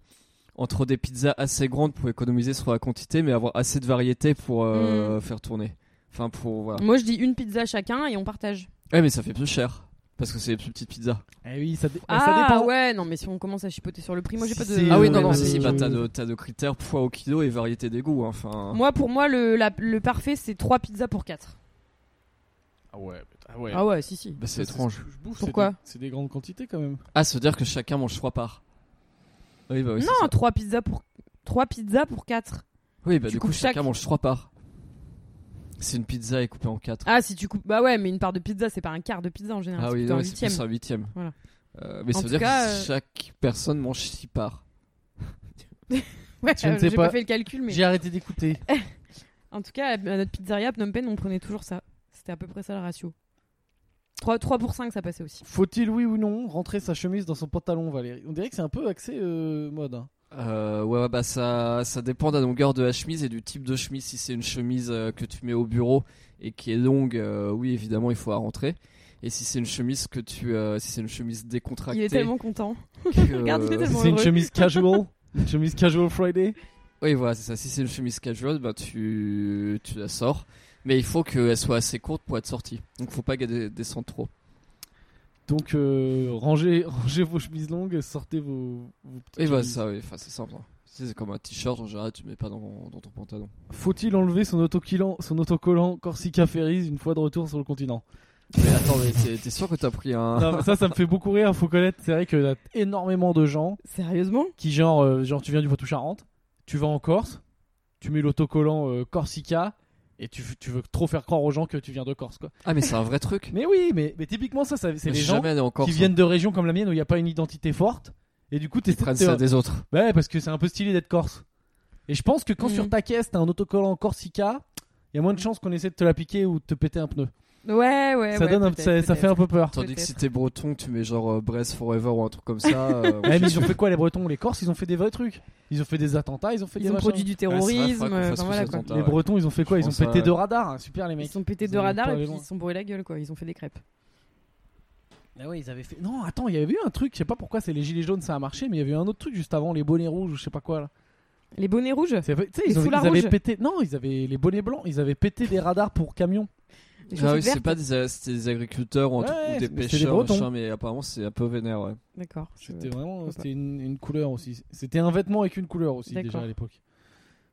S3: entre des pizzas assez grandes pour économiser sur la quantité, mais avoir assez de variété pour
S2: Mm.
S3: euh, faire tourner. Enfin, pour. Voilà.
S2: Moi, je dis une pizza chacun et on partage.
S3: Ouais, mais ça fait plus cher parce que c'est les plus petites pizzas.
S1: Eh oui, ça, dé-
S2: Ah
S1: ça dépend.
S2: ouais, non, mais si on commence à chipoter sur le prix, moi, j'ai
S1: Si
S2: pas
S1: c'est,
S2: de.
S3: Ah oui, non,
S1: Euh,
S3: non,
S1: mais-
S3: si, si, bah,
S1: euh,
S3: t'as de, t'as de critères poids au kilo et variété des goûts. hein, Enfin,
S2: Moi, pour moi, le, la- le parfait, c'est 3 pizzas pour 4.
S1: Ah ouais, ah ouais.
S2: Ah ouais, si, si.
S3: Bah, c'est
S1: Ça,
S3: étrange.
S1: ce que je bouffe,
S2: Pourquoi
S1: c'est des- C'est des grandes quantités quand même.
S3: Ah, se dire que chacun mange trois parts. Oui, bah oui, c'est
S2: non,
S3: ça.
S2: 3 pizzas pour. 3 pizzas pour 4.
S3: Oui, bah
S2: tu
S3: du coup,
S2: coupes
S3: chacun
S2: chaque-
S3: mange trois parts. C'est une pizza et coupée en quatre.
S2: Ah, si tu coupes. Bah ouais, mais une part de pizza, c'est pas un quart de pizza en général.
S3: Ah
S2: c'est
S3: oui,
S2: plutôt
S3: non,
S2: un
S3: c'est
S2: huitième.
S3: plus un huitième.
S2: Voilà.
S3: Euh, mais
S2: En
S3: ça
S2: tout
S3: veut dire
S2: cas,
S3: que
S2: euh,
S3: chaque personne mange six parts.
S2: Ouais,
S1: Je ne
S2: euh,
S1: sais
S2: j'ai pas
S1: pas.
S2: fait le calcul, mais.
S1: J'ai arrêté d'écouter.
S2: En tout cas, à notre pizzeria à Phnom Penh, on prenait toujours ça. C'était à peu près ça le ratio. 3, 3 pour 5, ça passait aussi.
S1: Faut-il, oui ou non, rentrer sa chemise dans son pantalon, Valérie On dirait que c'est un peu axé euh, mode. hein.
S3: Euh, ouais, ouais, bah ça, ça dépend de la longueur de la chemise et du type de chemise. Si c'est une chemise euh, que tu mets au bureau et qui est longue, euh, oui, évidemment, il faut la rentrer. Et si c'est une chemise que tu, euh, si c'est une chemise décontractée,
S2: Il est tellement content.
S3: que,
S2: Regarde, il est
S3: euh,
S2: tellement- Bon,
S1: C'est une
S2: heureux.
S1: chemise casual Une chemise casual Friday
S3: Oui, voilà, c'est ça. Si c'est une chemise casual, bah, tu, tu la sors. Mais il faut qu'elle soit assez courte pour être sortie. Donc faut pas qu'elle descende trop.
S1: Donc euh, rangez, rangez vos chemises longues, sortez vos, vos petites
S3: Et voilà,
S1: chemises.
S3: ça, oui, enfin, c'est simple. hein. Tu sais, C'est comme un t-shirt en général, tu mets pas dans, dans ton pantalon.
S1: Faut-il enlever son autocollant, son autocollant Corsica Ferries une fois de retour sur le continent
S3: Mais attends, mais t'es- t'es sûr que t'as pris un.
S1: Non, mais Ça, ça me fait beaucoup rire, faut connaître. C'est vrai qu'il y a énormément de gens
S2: Sérieusement
S1: qui, genre, euh, genre tu viens du Poitou-Charentes, tu vas en Corse, tu mets l'autocollant euh, Corsica et tu, tu veux trop faire croire aux gens que tu viens de Corse, quoi.
S3: Ah, mais c'est un vrai truc.
S1: Mais oui, mais, mais typiquement, ça, ça- c'est
S3: Mais
S1: les
S3: je suis
S1: gens
S3: jamais allé en Corse,
S1: qui
S3: hein.
S1: viennent de régions comme la mienne où il n'y a pas une identité forte. Et du coup, t'es
S3: Ils prennent
S1: t'es-
S3: ça des autres.
S1: Bah ouais, parce que c'est un peu stylé d'être corse. Et je pense que quand
S2: Mhm.
S1: sur ta caisse t'as un autocollant Corsica, il y a moins de chances qu'on essaie de te la piquer ou de te péter un pneu.
S2: Ouais,
S1: ça
S2: ouais. Eh ouais,
S1: donne un-
S2: peut-être,
S1: ça, ça
S2: peut-être.
S1: fait un peu peur.
S3: Tandis que
S2: Peut-être.
S3: si t'es breton, tu mets genre euh, Brest Forever ou un truc comme ça. euh,
S1: Ouais, Eh, mais ils ont fait quoi les Bretons Les Corses, ils ont fait des vrais trucs. Ils ont fait des attentats, ils ont fait des
S2: Ils ont
S1: machins.
S2: produit du
S3: Ouais, c'est vrai,
S2: terrorisme.
S3: faudrait qu'on
S2: euh,
S3: fasse
S2: enfin,
S3: plus
S2: voilà, quoi.
S3: attention.
S1: Les
S3: ouais.
S1: Bretons, ils ont fait quoi
S3: Je
S1: Ils ont
S3: pense,
S1: pété
S3: ouais.
S1: deux radars. hein. Super les
S2: Ils
S1: mecs.
S2: sont pétés
S1: Ils
S2: de
S1: ont pas
S2: radar et
S1: allé
S2: puis
S1: loin.
S2: ils se sont bourrés la gueule, quoi. Ils ont fait des crêpes. Bah
S1: Ah ouais, ils avaient fait. Non, attends, il y avait eu un truc. Je sais pas pourquoi c'est les gilets jaunes, ça a marché, mais il y avait eu un autre truc juste avant, les bonnets rouges ou je sais pas quoi. Là.
S2: Les bonnets rouges
S1: C'est- Tu sais,
S2: Les
S1: ils, ont- ils
S2: foulards
S1: avaient
S2: rouges.
S1: pété. Non, ils avaient les bonnets blancs. Ils avaient pété des radars pour camions.
S2: les
S3: Ah oui,
S2: chaussettes
S3: c'est
S2: vertes
S3: pas des, euh, c'était des agriculteurs ou, un truc-
S1: Ouais,
S3: ou
S1: c'est-
S3: des
S1: c'est des
S3: pêcheurs,
S1: Bretons.
S3: machin, mais apparemment c'est un peu vénère, ouais.
S2: D'accord. je-
S1: C'était vraiment
S2: pas.
S1: c'était une, une couleur aussi. C'était un vêtement avec une couleur aussi déjà
S2: D'accord.
S1: à l'époque.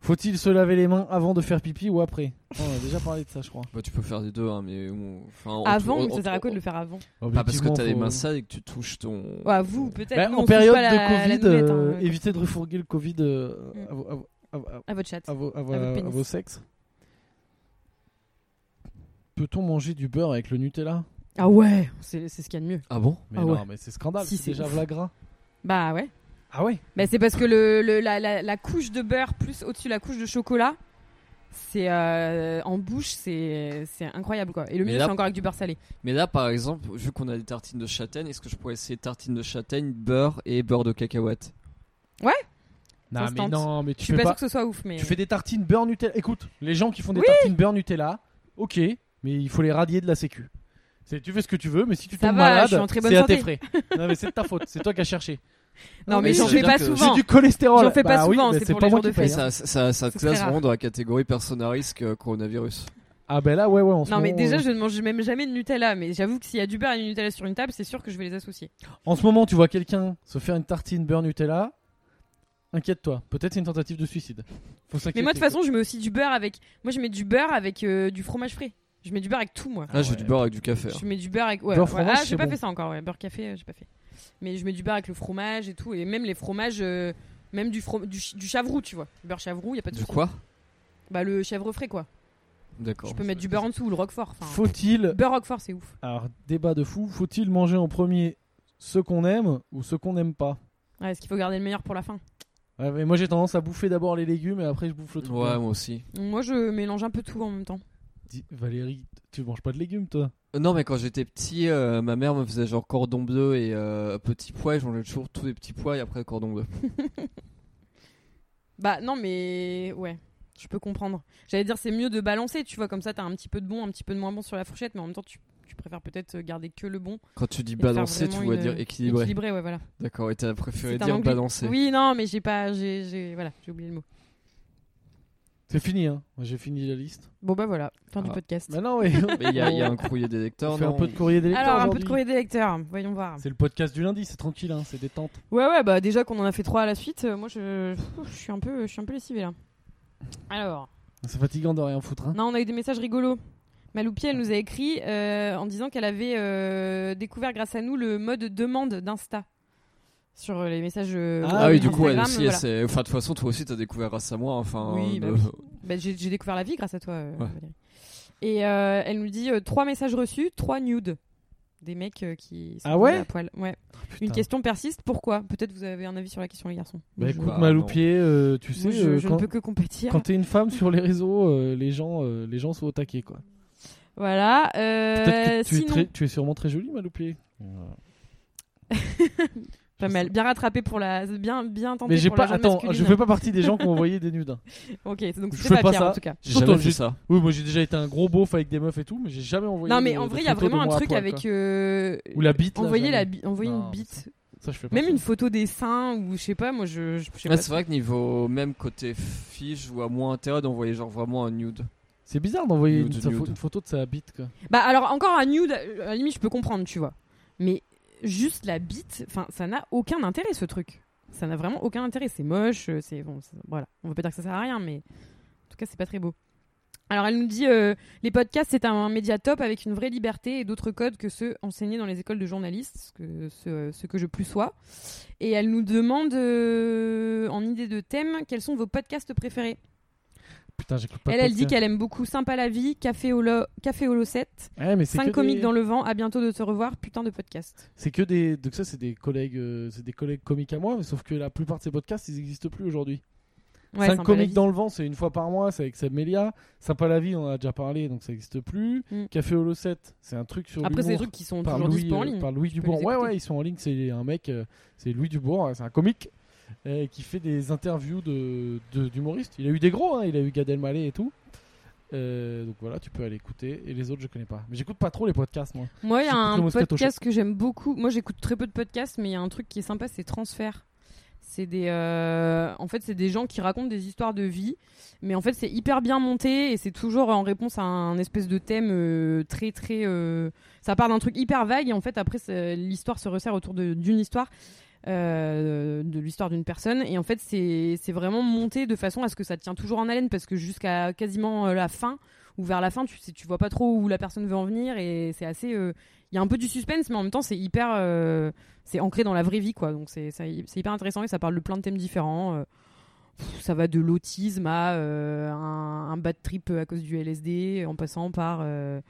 S1: Faut-il se laver les mains avant de faire pipi ou après On a déjà parlé de ça, je crois.
S3: Bah, tu peux faire les deux, hein, mais bon, enfin, on-
S4: Avant,
S3: on-
S4: mais ça
S3: on-
S4: sert à quoi
S3: on-
S4: de le faire avant
S3: Pas parce que t'as les
S1: Objectivement,
S3: mains
S1: faut-
S3: sales et que tu touches ton.
S4: Ouais, vous, peut-être.
S1: Bah,
S4: nous, on
S1: en
S4: touche pas
S1: période
S4: la- la
S1: de Covid,
S4: nounette, hein,
S1: euh, évitez de refourguer le Covid euh,
S4: Mm.
S1: à, vos- à vos- à vos- à
S4: À votre chatte.
S1: vos- à vos- à vos-
S4: À votre
S1: à
S4: pénis.
S1: vos sexes. Peut-on manger du beurre avec le Nutella
S2: Ah ouais, c'est c'est ce qu'il y a de mieux.
S3: Ah bon
S1: Mais
S2: Ah
S1: non,
S2: ouais.
S1: mais c'est scandale,
S2: Si,
S1: c'est
S2: c'est
S1: déjà
S2: ouf.
S1: Vlagra.
S2: Bah ouais.
S1: Ah ouais
S2: Bah c'est parce que le, le- la, la- la couche de beurre plus au-dessus la couche de chocolat, c'est euh, en bouche, c'est c'est incroyable quoi. Et le
S3: Mais
S2: mieux
S3: là-
S2: c'est encore avec du beurre salé.
S3: Mais là, par exemple, vu qu'on a des tartines de châtaigne, est-ce que je pourrais essayer tartines de châtaigne, beurre et beurre de cacahuète
S1: Non, mais
S2: Constante.
S1: non, mais
S2: Je
S1: tu fais
S2: suis pas,
S1: pas.
S2: sûre que ce soit ouf, mais
S1: Tu fais des tartines beurre Nutella. Écoute, les gens qui font des
S2: Oui.
S1: tartines beurre Nutella, ok, mais il faut les radier de la sécu. C'est- Tu fais ce que tu veux, mais si tu
S2: Ça
S1: tombes
S2: va,
S1: malade,
S2: je suis en très bonne
S1: c'est à tes
S2: santé.
S1: frais. Non, mais c'est de ta faute, c'est toi qui as cherché.
S2: non mais
S3: Mais
S2: j'en
S3: c'est
S2: fais pas
S3: bien que-
S1: J'ai
S2: souvent.
S1: du cholestérol.
S2: J'en fais pas
S1: Bah oui,
S2: souvent,
S1: mais
S2: c'est
S1: c'est
S2: pour
S1: pas
S2: les
S1: moi
S2: jours de
S1: qui paye,
S2: fête.
S1: hein.
S3: Ça, ça, ça te
S2: C'est très
S3: classe
S2: rare.
S3: vraiment dans la catégorie personne à risque euh, coronavirus.
S1: Ah ben là, ouais, ouais, en ce
S2: hein. Non mais
S1: moment,
S2: déjà
S1: euh,
S2: je ne mange même jamais de Nutella, mais j'avoue que s'il y a du beurre et du Nutella sur une table, c'est sûr que je vais les associer.
S1: En ce moment, tu vois quelqu'un se faire une tartine beurre Nutella, inquiète-toi, peut-être c'est une tentative de suicide. Faut s'inquiéter.
S2: Mais moi de toute façon je mets aussi du beurre avec, moi je mets du beurre avec euh, du fromage frais. Je mets du beurre avec tout moi.
S3: Là, Ah, j'ai
S1: ouais.
S3: du beurre avec du café. hein.
S2: Je mets du beurre avec. Ouais,
S1: Beurre
S2: ouais.
S1: fromage,
S2: ah, j'ai
S1: c'est
S2: pas
S1: bon.
S2: fait ça encore, ouais. Beurre café, euh, j'ai pas fait. Mais je mets du beurre avec le fromage et tout. Et même les fromages, euh, même du, from- du, ch- du chavroux, tu vois. Beurre chavroux, y a pas de
S3: Du
S2: souci.
S3: quoi
S2: Bah, le chèvre frais, quoi.
S3: D'accord.
S1: Oh,
S2: je peux mettre du beurre en dessous ou le roquefort. enfin.
S1: Faut-il,
S2: Beurre roquefort, c'est ouf.
S1: alors débat de fou, faut-il manger en premier ce qu'on aime ou ce qu'on n'aime pas
S2: Ouais, est-ce qu'il faut garder le meilleur pour la fin
S1: Ouais, mais moi j'ai tendance à bouffer d'abord les légumes et après je bouffe le truc.
S3: Ouais, moi aussi.
S2: Moi, je mélange un peu tout en même temps.
S1: Dis- Valérie, tu manges pas de légumes toi
S3: Euh, Non, mais quand j'étais petit, euh, ma mère me faisait genre cordon bleu et euh, petits pois. et Je mangeais toujours tous les petits pois et après cordon bleu.
S2: Bah, non, mais. Ouais. Je peux comprendre. J'allais dire, c'est mieux de balancer, tu vois. Comme ça, t'as un petit peu de bon, un petit peu de moins bon sur la fourchette. Mais en même temps, tu, tu préfères peut-être euh, garder que le bon.
S3: Quand tu dis
S2: faire
S3: balancer, tu
S2: vraiment une-
S3: voulais
S2: euh,
S3: dire équilibré.
S2: Équilibré, ouais, voilà.
S3: D'accord, et t'as préféré
S2: C'est un
S3: dire
S2: anglais.
S3: balancer.
S2: Oui, non, mais j'ai pas. j'ai- j'ai- Voilà, j'ai oublié le mot.
S1: C'est fini, hein Moi, J'ai fini la liste.
S2: Bon bah voilà, fin du
S3: Ah.
S2: podcast.
S1: Maintenant, ouais.
S3: Mais il y, a- il y a un courrier des
S1: on
S3: lecteurs.
S1: fait un
S3: non
S1: peu de courrier des lecteurs
S2: Alors un peu de
S1: aujourd'hui.
S2: courrier des lecteurs, voyons voir.
S1: C'est le podcast du lundi, c'est tranquille, hein, c'est détente.
S2: Ouais ouais bah déjà qu'on en a fait trois à la suite, euh, moi je, je suis un peu je suis un peu lessivée là. Alors,
S1: C'est fatigant de rien foutre. Hein.
S2: non on a eu des messages rigolos. Maloupi elle nous a écrit euh, en disant qu'elle avait euh, découvert grâce à nous le mode demande d'Insta sur euh, les messages. euh,
S1: Ah
S3: Ah, oui, du coup, elle
S2: Instagram,
S3: aussi,
S2: voilà.
S3: elle s'est- Enfin, de toute façon, toi aussi, t'as découvert grâce à moi. Enfin,
S2: Oui, bah
S3: euh,
S2: oui. Bah, j'ai j'ai découvert la vie grâce à toi. euh,
S3: Ouais.
S2: Valérie. Et euh, elle nous dit euh, trois messages reçus, trois nudes. Des mecs euh, qui sont
S1: Ah ouais
S2: à poil. Ouais. Une
S1: putain.
S2: question persiste, pourquoi Peut-être vous avez un avis sur la question, les garçons.
S1: Bah
S2: Je-
S1: écoute,
S3: Bah,
S1: Maloupier, euh, tu sais,
S2: moi, je,
S1: euh,
S2: je
S1: quand,
S2: ne peux que compatir.
S1: quand t'es une femme sur les réseaux, euh, les, gens, euh, les gens sont au taquet, quoi.
S2: Voilà. euh,
S1: Peut-être que tu, es
S2: sinon,
S1: très- tu es sûrement très jolie, Maloupier.
S2: pas mal. Bien rattrapé pour la. Bien, bien tenté
S1: Mais j'ai
S2: pour la
S1: pas.
S2: jeune
S1: Attends,
S2: masculine.
S1: je fais pas partie des gens qui ont envoyé des nudes. hein.
S2: Ok, donc
S1: je
S2: c'est
S1: fais
S2: pas,
S1: pas
S2: Pierre,
S1: ça.
S2: en tout cas.
S3: J'ai jamais
S1: Surtout,
S3: fait
S1: j'ai-
S3: ça.
S1: Oui, moi j'ai déjà été un gros beauf avec des meufs et tout, mais j'ai jamais envoyé.
S2: Non, mais
S1: de-
S2: en
S1: de
S2: vrai, il y a
S1: photos de
S2: vraiment un
S1: moi à
S2: truc
S1: poil,
S2: avec.
S1: quoi.
S2: euh,
S1: Ou la bite. là,
S2: Envoyer, la
S1: jamais.
S2: bi- envoyer
S1: Non,
S2: une
S1: mais
S2: bite.
S1: Ça, je fais pas
S2: Même
S1: ça. Bah,
S2: une photo des seins ou je sais pas, moi je. je- je sais
S3: Ah,
S2: pas.
S3: c'est vrai que niveau même côté fille, je vois moins intérêt d'envoyer genre vraiment un nude.
S1: C'est bizarre d'envoyer une,
S3: Nude,
S1: sa-
S3: nude.
S1: une photo de sa bite, quoi.
S2: Bah alors encore un nude, à la limite je peux comprendre, tu vois. Mais juste la bite, enfin ça n'a aucun intérêt ce truc. Ça n'a vraiment aucun intérêt, c'est moche, euh, c'est bon, c'est- voilà. On va pas dire que ça sert à rien, mais en tout cas c'est pas très beau. Alors elle nous dit euh, les podcasts c'est un média top avec une vraie liberté et d'autres codes que ceux enseignés dans les écoles de journalistes, ce que, ce, ce que je plus sois. Et elle nous demande euh, en idée de thème quels sont vos podcasts préférés.
S1: Putain, j'écoute pas. de
S2: elle elle dit
S1: podcast.
S2: qu'elle aime beaucoup Sympa la vie, Café au, lo- Café au Losset,
S1: Ouais, Eh, mais c'est
S2: 5
S1: que
S2: comiques
S1: des-
S2: dans le vent, à bientôt de te revoir, putain de podcast.
S1: C'est que des. Donc ça, c'est des collègues, euh, c'est des collègues comiques à moi, mais sauf que la plupart de ces podcasts, ils existent plus aujourd'hui.
S2: Ouais, c'est un
S1: 5
S2: peu la
S1: comiques
S2: vie.
S1: dans le vent, c'est une fois par mois, c'est avec Seb Melia. Sympa la vie, on en a déjà parlé, donc ça n'existe plus.
S2: Mm.
S1: Café Holo 7, c'est un truc sur
S2: Après, c'est des
S1: l'humour
S2: trucs qui sont
S1: par
S2: toujours
S1: Louis,
S2: dispo en
S1: euh,
S2: ligne.
S1: par Louis
S2: peux
S1: Dubourg.
S2: les
S1: Ouais,
S2: écouter.
S1: ouais, ils sont en ligne, c'est un mec, euh, c'est Louis Dubourg, hein, c'est un comique euh, qui fait des interviews de de- d'humoristes. il a eu des gros, hein, il a eu Gad Elmaleh et tout. Euh, donc voilà, tu peux aller écouter. Et les autres, je connais pas. Mais j'écoute pas trop les podcasts, moi.
S2: Moi, il y a
S1: J'écoute le
S2: un
S1: Moscato
S2: podcast que j'aime beaucoup. Moi, j'écoute très peu de podcasts, mais il y a un truc qui est sympa, c'est Transfert. C'est des, euh, en fait, c'est des gens qui racontent des histoires de vie, mais en fait, c'est hyper bien monté et c'est toujours en réponse à un espèce de thème euh, très très. euh, Ça part d'un truc hyper vague et en fait, après, c'est- l'histoire se resserre autour de- d'une histoire. euh, de- l'histoire d'une personne. Et en fait, c'est c'est vraiment monté de façon à ce que ça te tient toujours en haleine parce que jusqu'à quasiment euh, la fin ou vers la fin, tu sais, tu vois pas trop où la personne veut en venir et c'est assez. euh, Il y a un peu du suspense, mais en même temps, c'est hyper. euh, c'est ancré dans la vraie vie, quoi. Donc c'est ça- c'est hyper intéressant et ça parle de plein de thèmes différents. Euh, pff, ça va de l'autisme à euh, un, un bad trip euh, à cause du LSD, en passant par euh,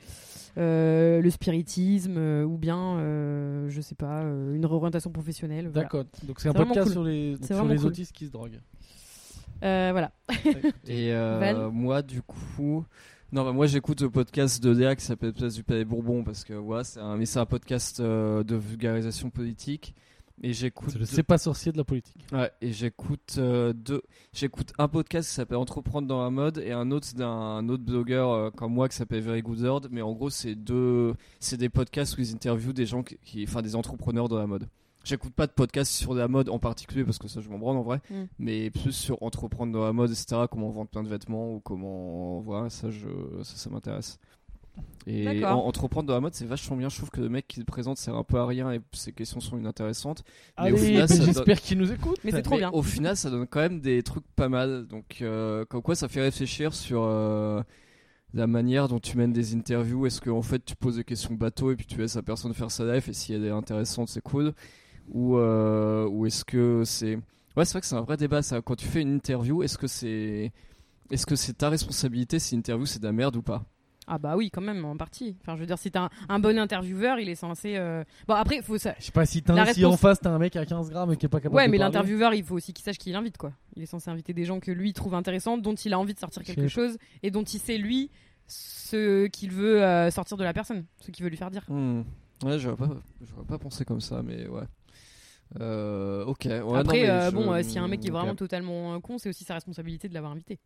S2: euh, le spiritisme euh, ou bien, euh, je sais pas, euh, une réorientation professionnelle. Voilà.
S1: D'accord. Donc c'est un
S2: C'est vraiment
S1: podcast
S2: cool.
S1: sur les,
S2: C'est
S1: sur
S2: vraiment
S1: les
S2: cool.
S1: autistes qui se droguent.
S2: Euh, voilà.
S3: Et euh,
S2: Val
S3: moi, du coup. Non, bah, moi j'écoute le podcast de DA qui s'appelle Place du Palais Bourbon parce que voilà, c'est un, mais c'est un podcast euh, de vulgarisation politique. Et j'écoute.
S1: C'est le c'est pas sorcier de la politique.
S3: Ouais, et j'écoute euh, deux. J'écoute un podcast qui s'appelle Entreprendre dans la mode et un autre d'un autre blogueur euh, comme moi qui s'appelle Very Goodard. Mais en gros, c'est deux. C'est des podcasts où ils interviewent des gens qui- qui, enfin, des entrepreneurs dans la mode. J'écoute pas de podcast sur la mode en particulier parce que ça, je m'en branle en vrai.
S2: Mm.
S3: Mais plus sur entreprendre dans la mode, etc. Comment vendre plein de vêtements ou comment, voilà, ça, je, ça, ça m'intéresse. Et
S2: D'accord.
S3: en- entreprendre dans la mode, c'est vachement bien. Je trouve que le mec qui le présente sert un peu à rien et ses questions sont inintéressantes. Mais au
S1: Allez,
S3: final, ça
S1: j'espère qu'ils nous écoutent.
S2: Mais c'est trop
S3: mais
S2: bien.
S3: Au final, ça donne quand même des trucs pas mal. Donc, euh, comme quoi, ça fait réfléchir sur euh, la manière dont tu mènes des interviews. Est-ce que, en fait, tu poses des questions bateau et puis tu laisses la personne faire sa life et si elle est intéressante, c'est cool Ou, euh, ou est-ce que c'est. Ouais, c'est vrai que c'est un vrai débat ça. Quand tu fais une interview, est-ce que c'est. Est-ce que c'est ta responsabilité si l'interview c'est de la merde ou pas
S2: Ah bah oui, quand même, en partie. Enfin, je veux dire, si t'es un, un bon intervieweur, il est censé. euh, Bon, après, faut ça.
S1: Je sais pas si, t'as-
S2: La
S1: si
S2: réponse-
S1: en face t'as un mec à 15 grammes et qui est pas capable
S2: Ouais,
S1: de
S2: mais
S1: parler.
S2: l'intervieweur, il faut aussi qu'il sache qui il invite, quoi. Il est censé inviter des gens que lui trouve intéressants, dont il a envie de sortir quelque
S1: C'est-
S2: chose, et dont il sait lui ce qu'il veut euh, sortir de la personne, ce qu'il veut lui faire dire.
S3: Hmm. Ouais, j'aurais pas, j'aurais pas pensé comme ça, mais ouais. Euh, ok. Ouais, non,
S2: Après,
S3: mais
S2: euh,
S3: je-
S2: bon, euh, s'il y a un mec qui est
S3: Ok.
S2: vraiment totalement euh, con, c'est aussi sa responsabilité de l'avoir invité.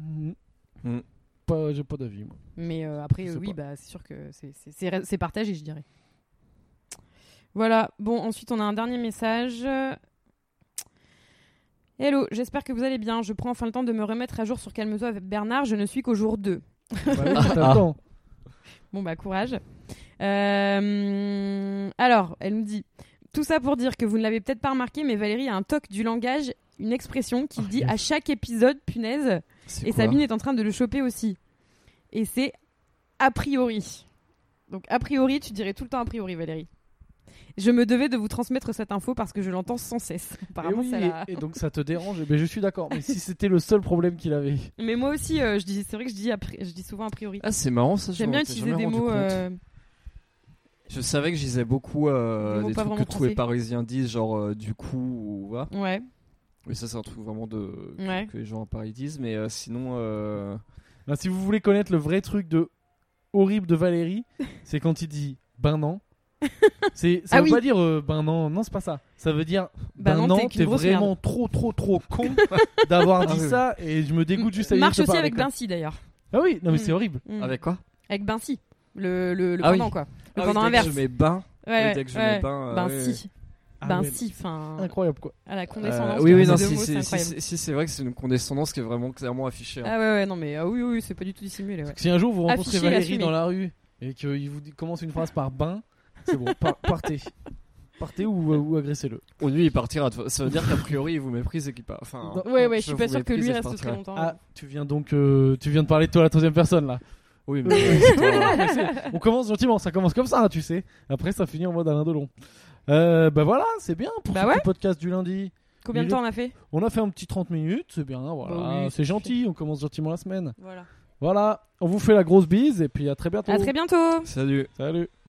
S1: Mm.
S3: Mm.
S1: Pas- J'ai pas d'avis, moi.
S2: Mais euh, après,
S3: Je
S2: euh,
S3: sais
S2: oui,
S3: pas.
S2: bah, c'est sûr que c'est- c'est- c'est c'est partagé, je dirais. Voilà, bon, ensuite on a un dernier message. Hello, j'espère que vous allez bien. Je prends enfin le temps de me remettre à jour sur Calme-toi avec Bernard, je ne suis qu'au jour 2.
S1: Bah oui,
S2: Ah.
S1: t'attends.
S2: Bon bah courage. Euh, alors, elle nous dit tout ça pour dire que vous ne l'avez peut-être pas remarqué, mais Valérie a un toc du langage, une expression qu'il
S1: Ah,
S2: dit
S1: yes.
S2: à chaque épisode, punaise.
S3: Oh, C'est
S2: Et
S3: quoi
S2: Sabine est en train de le choper aussi. Et c'est a priori. Donc a priori, tu dirais tout le temps a priori, Valérie. Je me devais de vous transmettre cette info parce que je l'entends sans cesse.
S1: Et,
S2: Apparemment,
S1: oui,
S2: ça la-
S1: et- et donc ça te dérange Mais je suis d'accord. Mais si c'était le seul problème qu'il avait.
S2: Mais moi aussi, euh, je dis, c'est vrai que je dis, a pri- je dis souvent a priori.
S3: Ah, c'est marrant ça. je
S2: J'aime
S3: m'en
S2: bien
S3: étais
S2: utiliser
S3: jamais
S2: des
S3: rendu
S2: mots.
S3: compte.
S2: euh,
S3: Je savais que je disais beaucoup euh,
S2: des mots
S3: des
S2: pas
S3: trucs que
S2: vraiment
S3: tous les
S2: français.
S3: Parisiens disent, genre euh, du coup ou voilà.
S2: Ouais.
S3: Mais ça, c'est un truc vraiment de que-
S2: Ouais.
S3: que les gens à Paris disent. Mais euh, sinon, euh,
S1: Non, ben, si vous voulez connaître le vrai truc de horrible de Valérie, c'est quand il dit ben non. C'est, ça
S2: Ah
S1: veut
S2: oui.
S1: pas dire euh, ben non, non c'est pas ça. Ça veut dire
S2: Bah
S1: ben
S2: non,
S1: non,
S2: t'es qu'une
S1: t'es
S2: grosse
S1: vraiment trop trop trop con d'avoir
S3: Ah
S1: dit
S3: oui.
S1: ça et je me dégoûte juste à l'idée
S2: Marche
S1: de te
S2: aussi
S1: parler,
S2: avec
S1: quoi.
S2: Vinci d'ailleurs.
S1: Ah oui, non mais
S2: Mm.
S1: c'est horrible.
S2: Mm.
S3: avec quoi
S2: Avec Vinci. Le, le, le
S3: Ah
S2: pendant
S3: oui.
S2: quoi. Le
S3: Ah oui,
S2: pendant
S3: dès que
S2: inverse.
S3: je mets bain.
S2: Ouais,
S3: oui,
S2: ouais,
S3: dès que je
S2: ouais.
S3: mets bain. euh,
S2: Ben
S3: ouais.
S2: si. Ben si. Enfin,
S1: Ah Incroyable quoi.
S2: à la
S3: Euh,
S2: condescendance.
S3: oui, oui,
S2: quand
S3: non,
S2: même, de
S3: si,
S2: mots,
S3: si,
S2: c'est
S3: si,
S2: incroyable.
S3: si, si, c'est vrai que c'est une condescendance qui est vraiment clairement affichée. hein.
S2: Ah ouais, ouais, non, mais ah oui, oui, c'est pas du tout dissimulé. Ouais.
S1: Si un jour vous rencontrez
S2: Affiché,
S1: Valérie
S2: assumé.
S1: dans la rue et qu'il vous dit- commence une phrase par ben, c'est bon, par- partez. Partez ou, euh, ou agressez-le.
S2: Euh.
S3: Ou lui, il partira. de toute façon. Ça veut dire qu'a priori, il vous méprise et qu'il part. Enfin,
S1: Non.
S2: Ouais, ouais, je suis
S3: vous
S2: pas sûr que
S3: méprise
S2: lui
S3: et
S2: reste
S3: partira.
S2: très longtemps.
S1: Ah, tu viens donc, euh, tu viens de parler de toi à la troisième personne là.
S3: Oui, mais.
S1: Ouais, ouais, c'est- on commence gentiment, ça commence comme ça, tu sais. Après, ça finit en mode Alain Delon. Euh, bah voilà, c'est bien pour
S2: Bah
S1: ce
S2: ouais.
S1: petit podcast du lundi.
S2: Combien de
S1: Lulu.
S2: temps on a fait
S1: On a fait un petit 30 minutes, c'est bien, voilà.
S2: Bah oui,
S1: c'est gentil, on commence gentiment la semaine.
S2: Voilà.
S1: Voilà, on vous fait la grosse bise et puis à très bientôt.
S2: À très bientôt.
S3: Salut.
S1: Salut.